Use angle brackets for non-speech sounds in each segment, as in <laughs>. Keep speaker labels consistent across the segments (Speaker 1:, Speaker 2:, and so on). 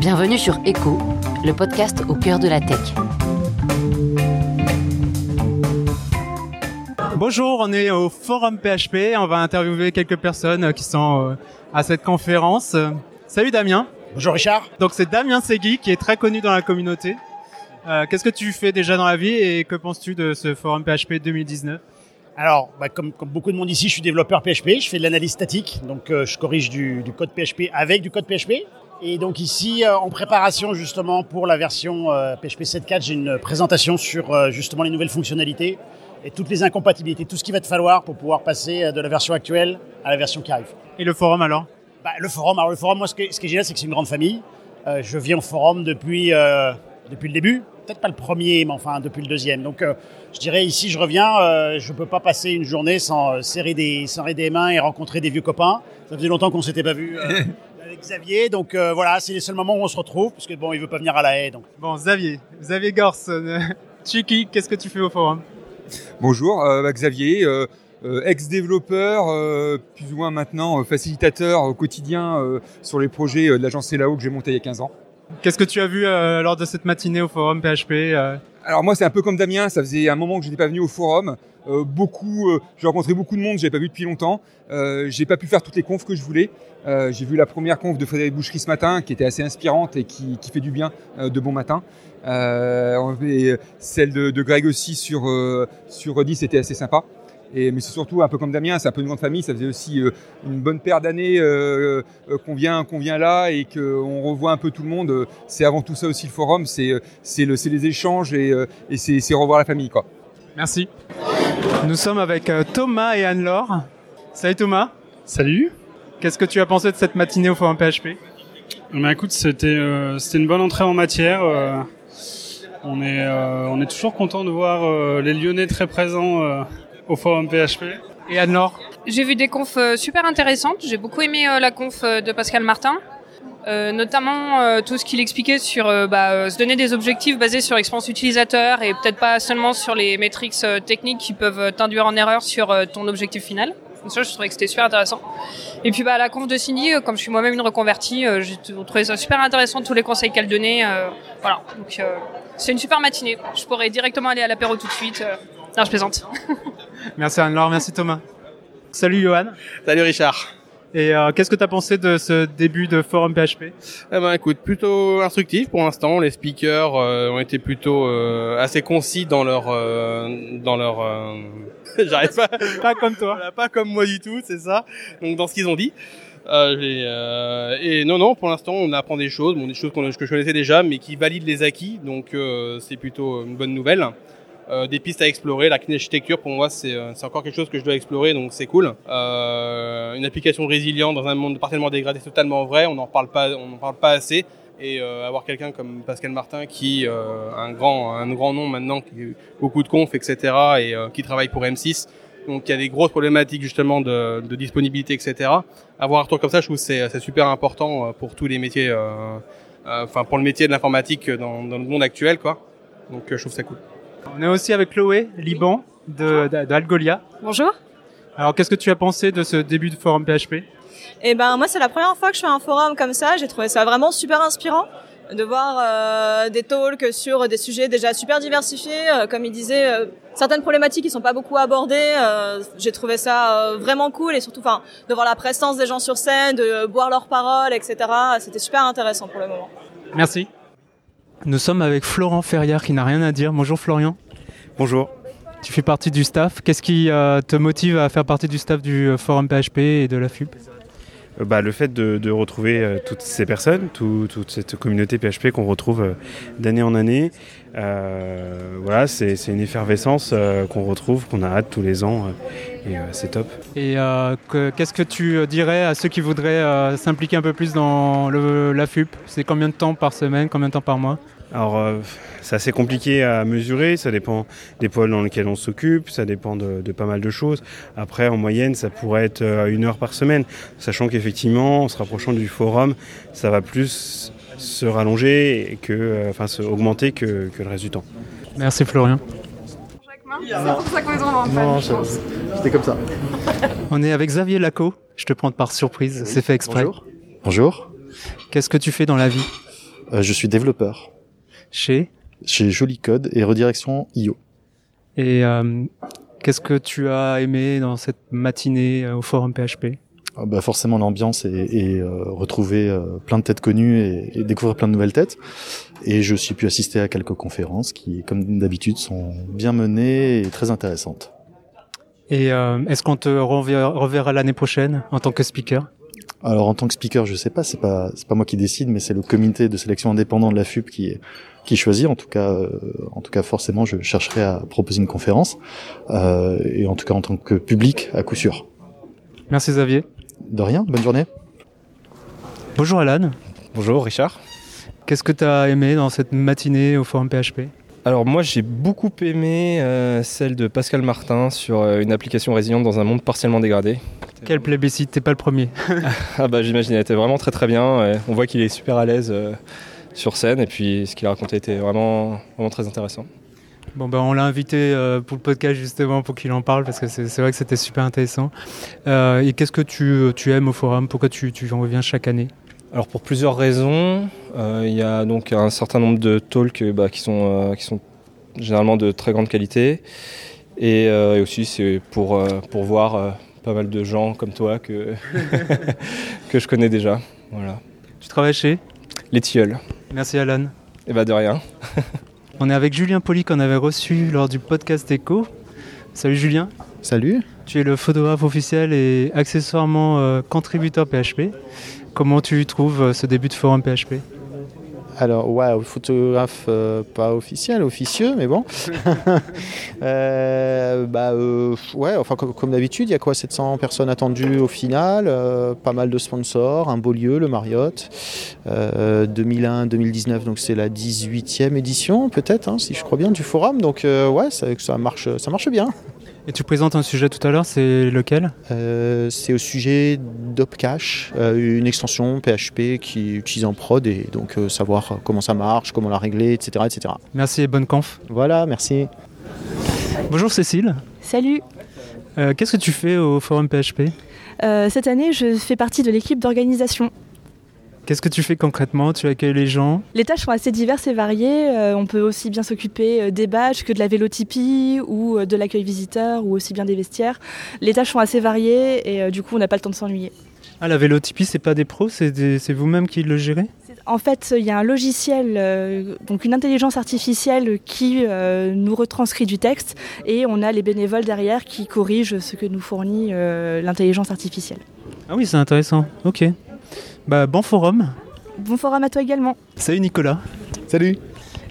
Speaker 1: Bienvenue sur Echo, le podcast au cœur de la tech.
Speaker 2: Bonjour, on est au Forum PHP. On va interviewer quelques personnes qui sont euh, à cette conférence. Euh, Salut Damien.
Speaker 3: Bonjour Richard.
Speaker 2: Donc c'est Damien Segui qui est très connu dans la communauté. Euh, Qu'est-ce que tu fais déjà dans la vie et que penses-tu de ce Forum PHP 2019
Speaker 3: Alors, bah, comme, comme beaucoup de monde ici, je suis développeur PHP, je fais de l'analyse statique, donc euh, je corrige du, du code PHP avec du code PHP. Et donc ici, euh, en préparation justement pour la version euh, PHP 7.4, j'ai une présentation sur euh, justement les nouvelles fonctionnalités et toutes les incompatibilités, tout ce qu'il va te falloir pour pouvoir passer euh, de la version actuelle à la version qui arrive.
Speaker 2: Et le forum alors
Speaker 3: Bah, le forum, alors le forum, moi, ce, que- ce qui est génial, c'est que c'est une grande famille. Euh, je viens au forum depuis, euh, depuis le début. Peut-être pas le premier, mais enfin, depuis le deuxième. Donc, euh, je dirais, ici, je reviens, euh, je peux pas passer une journée sans euh, serrer, des, serrer des mains et rencontrer des vieux copains. Ça faisait longtemps qu'on s'était pas vu euh, avec Xavier. Donc, euh, voilà, c'est les seuls moments où on se retrouve, parce que bon, il veut pas venir à la haie. Donc,
Speaker 2: Bon, Xavier, Xavier Gorse, <laughs> Chiki, qu'est-ce que tu fais au Forum
Speaker 4: Bonjour, euh, bah, Xavier, euh, euh, ex-développeur, euh, plus ou moins maintenant euh, facilitateur au quotidien euh, sur les projets euh, de l'agence CELAO que j'ai monté il y a 15 ans.
Speaker 2: Qu'est-ce que tu as vu euh, lors de cette matinée au Forum PHP euh
Speaker 4: Alors moi c'est un peu comme Damien, ça faisait un moment que je n'étais pas venu au forum. Euh, beaucoup, euh, j'ai rencontré beaucoup de monde, que j'avais pas vu depuis longtemps. Euh, j'ai pas pu faire toutes les confs que je voulais. Euh, j'ai vu la première conf de Frédéric Boucherie ce matin, qui était assez inspirante et qui, qui fait du bien euh, de bon matin. Euh, on avait, euh, celle de, de Greg aussi sur euh, sur 10 c'était assez sympa. Et, mais c'est surtout un peu comme Damien, c'est un peu une grande famille. Ça faisait aussi euh, une bonne paire d'années euh, euh, qu'on vient, qu'on vient là et qu'on revoit un peu tout le monde. Euh, C'est avant tout ça aussi le forum, c'est euh, c'est le, c'est les échanges et, euh, et c'est c'est revoir la famille quoi.
Speaker 2: Merci. Nous sommes avec euh, Thomas et Anne-Laure. Salut Thomas.
Speaker 5: Salut.
Speaker 2: Qu'est-ce que tu as pensé de cette matinée au Forum PHP
Speaker 5: Eh ben, écoute, c'était euh, c'était une bonne entrée en matière. euh, on est euh, on est toujours content de voir euh, les Lyonnais très présents euh, au forum PHP.
Speaker 2: Et Anne-Laure
Speaker 6: J'ai vu des confs euh, super intéressantes. J'ai beaucoup aimé euh, la conf euh, de Pascal Martin, Euh, notamment euh, tout ce qu'il expliquait sur euh, bah, euh, se donner des objectifs basés sur l'expérience utilisateur et peut-être pas seulement sur les métriques euh, techniques qui peuvent euh, t'induire en erreur sur euh, ton objectif final. Donc Ça, je trouvais que c'était super intéressant. Et puis, bah, la conf de Cindy, euh, comme je suis moi-même une reconvertie, euh, j'ai t- trouvé ça super intéressant, tous les conseils qu'elle donnait. euh, voilà. Donc, euh, c'est une super matinée. Je pourrais directement aller à l'apéro tout de suite. euh. Non, je plaisante. <laughs>
Speaker 2: Merci Anne-Laure, merci Thomas. Salut Johan.
Speaker 7: Salut Richard.
Speaker 2: Et euh, qu'est-ce que tu as pensé de ce début de Forum PHP
Speaker 7: Eh ben écoute, plutôt instructif pour l'instant. Les speakers euh, ont été plutôt euh, assez concis dans leur euh, dans leur. euh, <laughs> J'arrive pas.
Speaker 2: Pas comme toi.
Speaker 7: Voilà, pas comme moi du tout, c'est ça. Donc dans ce qu'ils ont dit. Euh, j'ai, euh, et non, non, pour l'instant, on apprend des choses, bon, des choses qu'on- que je connaissais déjà, mais qui valident les acquis, donc euh, c'est plutôt une bonne nouvelle. Euh, des pistes à explorer, la clean architecture pour moi c'est euh, c'est encore quelque chose que je dois explorer donc c'est cool. Euh, une application résiliente dans un monde partiellement dégradé, c'est totalement vrai, on n'en parle pas, on n'en parle pas assez et euh, avoir quelqu'un comme Pascal Martin qui euh, a un grand un grand nom maintenant, qui a eu beaucoup de confs etc et euh, qui travaille pour M6, donc il y a des grosses problématiques justement de, de disponibilité, etc. Avoir un retour comme ça, je trouve que c'est c'est super important euh, pour tous les métiers, euh, euh, enfin pour le métier de l'informatique dans, dans le monde actuel, quoi. Donc euh, je trouve ça cool.
Speaker 2: On est aussi avec Chloé Liban de, de, de Algolia.
Speaker 8: Bonjour.
Speaker 2: Alors qu'est-ce que tu as pensé de ce début de Forum PHP
Speaker 8: Eh ben moi c'est la première fois que je fais un forum comme ça. J'ai trouvé ça vraiment super inspirant de voir euh, des talks sur des sujets déjà super diversifiés. Euh, comme il disait, euh, certaines problématiques qui sont pas beaucoup abordées. Euh, J'ai trouvé ça euh, vraiment cool et surtout enfin de voir la prestance des gens sur scène, de euh, boire leurs paroles, etc. C'était super intéressant pour le moment.
Speaker 2: Merci. Nous sommes avec Florent Ferrière qui n'a rien à dire. Bonjour Florian.
Speaker 9: Bonjour.
Speaker 2: Tu fais partie du staff. Qu'est-ce qui euh, te motive à faire partie du staff du euh, Forum PHP et de la FUP
Speaker 9: Euh, bah, le fait de, de retrouver euh, toutes ces personnes, tout- toute cette communauté PHP qu'on retrouve euh, d'année en année, euh, voilà, c'est c'est une effervescence euh, qu'on retrouve, qu'on a hâte tous les ans, euh, et euh, c'est top.
Speaker 2: Et euh, que- qu'est-ce que tu euh, dirais à ceux qui voudraient euh, s'impliquer un peu plus dans le, la FUP C'est combien de temps par semaine, combien de temps par mois
Speaker 9: Alors, euh, c'est assez compliqué à mesurer. Ça dépend des pôles dans lesquels on s'occupe. Ça dépend de, de pas mal de choses. Après, en moyenne, ça pourrait être euh, une heure par semaine. Sachant qu'effectivement, en se rapprochant du forum, ça va plus se rallonger, et que, euh, enfin, se augmenter que, que le reste du temps.
Speaker 2: Merci Florian.
Speaker 10: C'était comme ça.
Speaker 2: On est avec Xavier Lacot. Je te prends par surprise, c'est fait exprès.
Speaker 10: Bonjour. Bonjour.
Speaker 2: Qu'est-ce que tu fais dans la vie
Speaker 10: Euh, je suis développeur
Speaker 2: Chez
Speaker 10: chez Joli Code et Redirection IO.
Speaker 2: Et euh, qu'est-ce que tu as aimé dans cette matinée euh, au forum PHP
Speaker 10: Ah bah forcément l'ambiance et, et, euh, retrouver euh, plein de têtes connues et, et découvrir plein de nouvelles têtes. Et je suis pu assister à quelques conférences qui, comme d'habitude, sont bien menées et très intéressantes.
Speaker 2: Et euh, est-ce qu'on te rever- reverra l'année prochaine en tant que speaker
Speaker 10: Alors en tant que speaker, je sais pas, c'est pas c'est pas moi qui décide, mais c'est le comité de sélection indépendant de la FUP qui qui choisit. En tout cas, euh, en tout cas, forcément, je chercherai à proposer une conférence euh, et en tout cas en tant que public, à coup sûr.
Speaker 2: Merci Xavier.
Speaker 10: De rien. Bonne journée.
Speaker 2: Bonjour Alan.
Speaker 11: Bonjour Richard.
Speaker 2: Qu'est-ce que tu as aimé dans cette matinée au forum PHP
Speaker 11: Alors moi j'ai beaucoup aimé euh, celle de Pascal Martin sur euh, une application résiliente dans un monde partiellement dégradé. <laughs>
Speaker 2: Quel plébiscite, t'es pas le premier.
Speaker 11: Ah bah j'imagine elle était vraiment très très bien. ouais. on voit qu'il est super à l'aise euh, sur scène et puis ce qu'il a raconté était vraiment, vraiment très intéressant.
Speaker 2: Bon ben on l'a invité euh, pour le podcast justement pour qu'il en parle parce que c'est c'est vrai que c'était super intéressant. Euh, et qu'est-ce que tu, tu aimes au forum Pourquoi tu, tu en reviens chaque année
Speaker 11: Alors pour plusieurs raisons, euh, il y a donc un certain nombre de talks euh, bah, qui, sont, euh, qui sont généralement de très grande qualité et, euh, et aussi c'est pour, euh, pour voir euh, pas mal de gens comme toi que, <laughs> que je connais déjà. Voilà.
Speaker 2: Tu travailles chez
Speaker 11: Les tilleuls.
Speaker 2: Merci Alan.
Speaker 11: Et bah de rien.
Speaker 2: <laughs> On est avec Julien Poli qu'on avait reçu lors du podcast Echo. Salut Julien,
Speaker 10: Salut.
Speaker 2: tu es le photographe officiel et accessoirement euh, contributeur PHP. Comment tu trouves euh, ce début de forum PHP
Speaker 12: Alors, waouh, photographe euh, pas officiel, officieux, mais bon. Euh, bah, euh, ouais, enfin, comme, comme d'habitude, il y a quoi 700 personnes attendues au final, euh, pas mal de sponsors, un beau lieu, le Marriott. Euh, 2001-2019, donc c'est la 18e édition, peut-être, hein, si je crois bien, du forum. Donc, euh, ouais, ça, ça marche, ça marche bien.
Speaker 2: Et tu présentes un sujet tout à l'heure, c'est lequel
Speaker 12: Euh, c'est au sujet d'Opcache, euh, une extension PHP qui est utilisée en prod et donc euh, savoir comment ça marche, comment la régler, etc. etc.
Speaker 2: Merci et bonne conf.
Speaker 12: Voilà, merci.
Speaker 2: Bonjour Cécile,
Speaker 13: Salut,
Speaker 2: Euh, qu'est-ce que tu fais au forum PHP
Speaker 13: Euh, cette année je fais partie de l'équipe d'organisation.
Speaker 2: Qu'est-ce que tu fais concrètement Tu accueilles les gens
Speaker 13: Les tâches sont assez diverses et variées, Euh, on peut aussi bien s'occuper euh, des badges que de la vélotypie ou euh, de l'accueil visiteur ou aussi bien des vestiaires. Les tâches sont assez variées et euh, du coup on n'a pas le temps de s'ennuyer.
Speaker 2: Ah, la vélotypie, c'est pas des pros, c'est des- c'est vous-même qui le gérez
Speaker 13: En fait, il y a un logiciel, euh, donc une intelligence artificielle qui euh, nous retranscrit du texte et on a les bénévoles derrière qui corrigent ce que nous fournit euh, l'intelligence artificielle.
Speaker 2: Ah oui, c'est intéressant. Ok. Bah, bon forum.
Speaker 13: Bon forum à toi également.
Speaker 2: Salut Nicolas.
Speaker 10: Salut.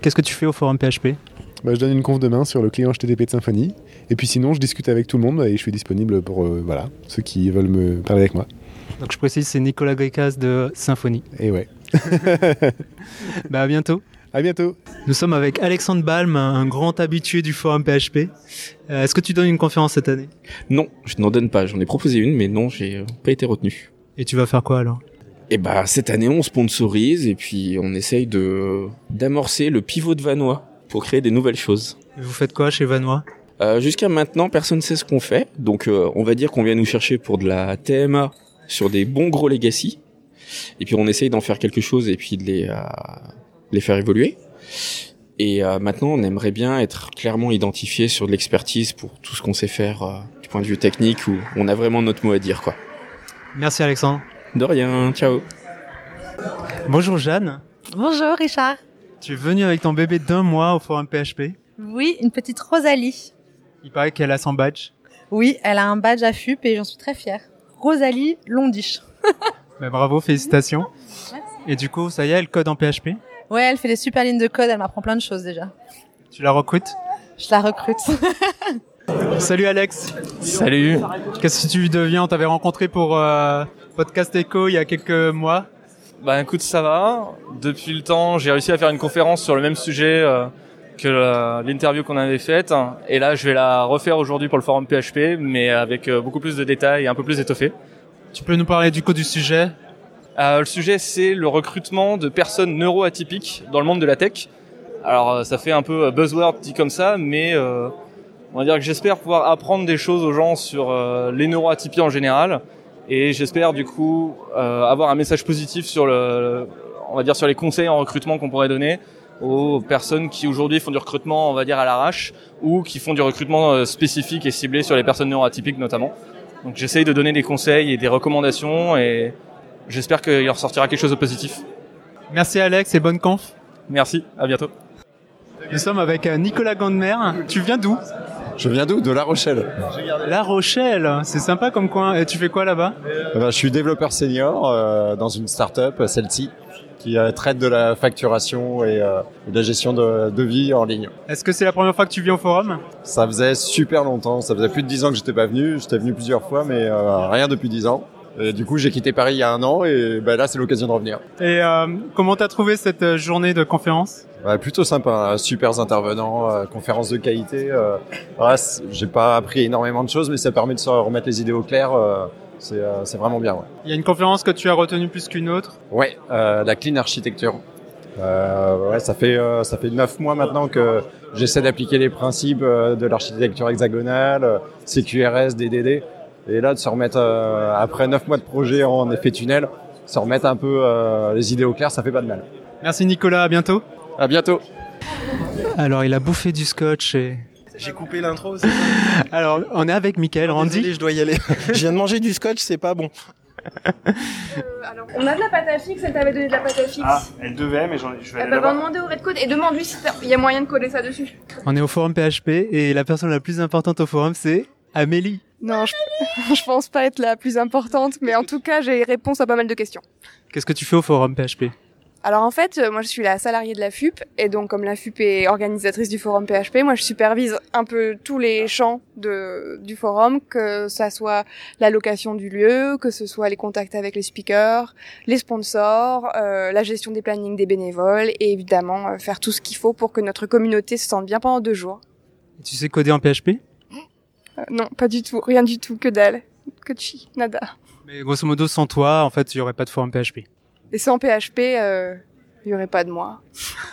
Speaker 2: Qu'est-ce que tu fais au forum PHP
Speaker 10: Bah, je donne une conf demain sur le client HTTP de Symfony. Et puis sinon, je discute avec tout le monde et je suis disponible pour euh, voilà ceux qui veulent me parler avec moi.
Speaker 2: Donc je précise, c'est Nicolas Gricas de Symphonie.
Speaker 10: Et Eh ouais.
Speaker 2: <laughs> Bah, à bientôt.
Speaker 10: à bientôt.
Speaker 2: Nous sommes avec Alexandre Balm, un grand habitué du forum PHP. Euh, Est-ce que tu donnes une conférence cette année
Speaker 14: Non, je n'en donne pas. J'en ai proposé une, mais non, j'ai euh, pas été retenu.
Speaker 2: Et tu vas faire quoi alors
Speaker 14: Et bah cette année, on sponsorise et puis on essaye de d'amorcer le pivot de Vanois pour créer des nouvelles choses.
Speaker 2: Vous faites quoi chez Vanois
Speaker 14: Euh, Jusqu'à maintenant, personne ne sait ce qu'on fait, donc euh, on va dire qu'on vient nous chercher pour de la TMA sur des bons gros legacy, et puis on essaye d'en faire quelque chose et puis de les euh, les faire évoluer. Et euh, maintenant, on aimerait bien être clairement identifié sur de l'expertise pour tout ce qu'on sait faire euh, du point de vue technique où on a vraiment notre mot à dire, quoi.
Speaker 2: Merci Alexandre.
Speaker 14: De rien, ciao.
Speaker 2: Bonjour Jeanne.
Speaker 15: Bonjour Richard.
Speaker 2: Tu es venu avec ton bébé d'un mois au forum PHP.
Speaker 15: Oui, une petite Rosalie.
Speaker 2: Il paraît qu'elle a son badge.
Speaker 15: Oui, elle a un badge à FUP et j'en suis très fière. Rosalie Londiche.
Speaker 2: Bah, bravo, félicitations. Et du coup, ça y est, elle code en PHP.
Speaker 15: Ouais, elle fait des super lignes de code, elle m'apprend plein de choses déjà.
Speaker 2: Tu la recrutes.
Speaker 15: Je la recrute. <laughs>
Speaker 2: Salut Alex.
Speaker 16: Salut.
Speaker 2: Qu'est-ce que tu deviens On t'avait rencontré pour euh, Podcast Echo il y a quelques mois.
Speaker 16: Bah écoute, ça va. Depuis le temps, j'ai réussi à faire une conférence sur le même sujet euh, que la- l'interview qu'on avait faite. Et là, je vais la refaire aujourd'hui pour le forum PHP, mais avec euh, beaucoup plus de détails et un peu plus étoffé.
Speaker 2: Tu peux nous parler du coup du sujet
Speaker 16: Euh, le sujet, c'est le recrutement de personnes neuroatypiques dans le monde de la tech. Alors, euh, ça fait un peu euh, buzzword dit comme ça, mais euh, on va dire que j'espère pouvoir apprendre des choses aux gens sur euh, les neuroatypies en général. Et j'espère du coup euh, avoir un message positif sur le, on va dire sur les conseils en recrutement qu'on pourrait donner aux personnes qui aujourd'hui font du recrutement, on va dire à l'arrache, ou qui font du recrutement euh, spécifique et ciblé sur les personnes neuroatypiques notamment. Donc j'essaye de donner des conseils et des recommandations et j'espère qu'il en sortira quelque chose de positif.
Speaker 2: Merci Alex et bonne conf.
Speaker 16: Merci, à bientôt.
Speaker 2: Nous sommes avec euh, Nicolas Gandemer. Tu viens d'où
Speaker 17: Je viens d'où De La Rochelle.
Speaker 2: La Rochelle, c'est sympa comme coin. Et tu fais quoi là-bas
Speaker 17: Eh ben, je suis développeur senior euh, dans une start-up, euh, celle-ci, qui euh, traite de la facturation et euh, de la gestion de, de vie en ligne.
Speaker 2: Est-ce que c'est la première fois que tu viens au forum
Speaker 17: Ça faisait super longtemps, ça faisait plus de 10 ans que j'étais pas venu. J'étais venu plusieurs fois, mais euh, rien depuis 10 ans. Et du coup, j'ai quitté Paris il y a un an et ben, là, c'est l'occasion de revenir.
Speaker 2: Et euh, comment t'as trouvé cette euh, journée de conférence
Speaker 17: Ouais, plutôt sympa, hein. super intervenants, euh, conférences de qualité. Euh, ouais, c'est- j'ai pas appris énormément de choses, mais ça permet de se remettre les idées au clair. euh, c'est euh, c'est vraiment bien. Ouais.
Speaker 2: Il y a une conférence que tu as retenue plus qu'une autre.
Speaker 17: Ouais, euh, la clean architecture. Euh, ouais, ça fait euh, ça fait neuf mois maintenant que j'essaie d'appliquer les principes euh, de l'architecture hexagonale, euh, CQRS, DDD, et là de se remettre euh, après neuf mois de projet en effet tunnel, se remettre un peu euh, les idées au clair, ça fait pas de mal.
Speaker 2: Merci Nicolas, à bientôt.
Speaker 17: À bientôt.
Speaker 2: Alors, il a bouffé du scotch et.
Speaker 18: J'ai coupé l'intro, c'est ça
Speaker 2: Alors, on est avec Mickaël, Randy.
Speaker 18: Ah, je dois y
Speaker 2: <laughs>
Speaker 18: aller. je viens de manger du scotch, c'est pas bon.
Speaker 19: On a de la pâte à fixe, elle t'avait donné de la pâte à fixe.
Speaker 9: Ah, elle devait, mais je
Speaker 19: elle va demander au Redcode et demande-lui s'il y a moyen de coller ça dessus.
Speaker 2: On est au forum PHP et la personne la plus importante au forum, c'est Amélie.
Speaker 19: Non, je, <laughs> je pense pas être la plus importante, mais en tout cas, j'ai réponse à pas mal de questions.
Speaker 2: Qu'est-ce que tu fais au forum PHP
Speaker 19: Alors en fait, euh, moi je suis la salariée de la FUP et donc comme la FUP est organisatrice du forum PHP, moi je supervise un peu tous les champs de, du forum, que ça soit la location du lieu, que ce soit les contacts avec les speakers, les sponsors, euh, la gestion des plannings des bénévoles et évidemment euh, faire tout ce qu'il faut pour que notre communauté se sente bien pendant deux jours.
Speaker 2: Tu sais coder en PHP
Speaker 19: Euh, non, pas du tout, rien du tout, que dalle, que chi, nada.
Speaker 2: Mais grosso modo, sans toi, en fait, il n'y aurait pas de forum PHP.
Speaker 19: Et sans PHP, euh, il y aurait pas de moi.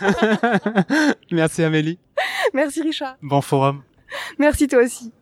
Speaker 2: <laughs>
Speaker 19: <laughs>
Speaker 2: Merci Amélie.
Speaker 19: Merci Richard,
Speaker 2: Bon forum.
Speaker 19: merci toi aussi.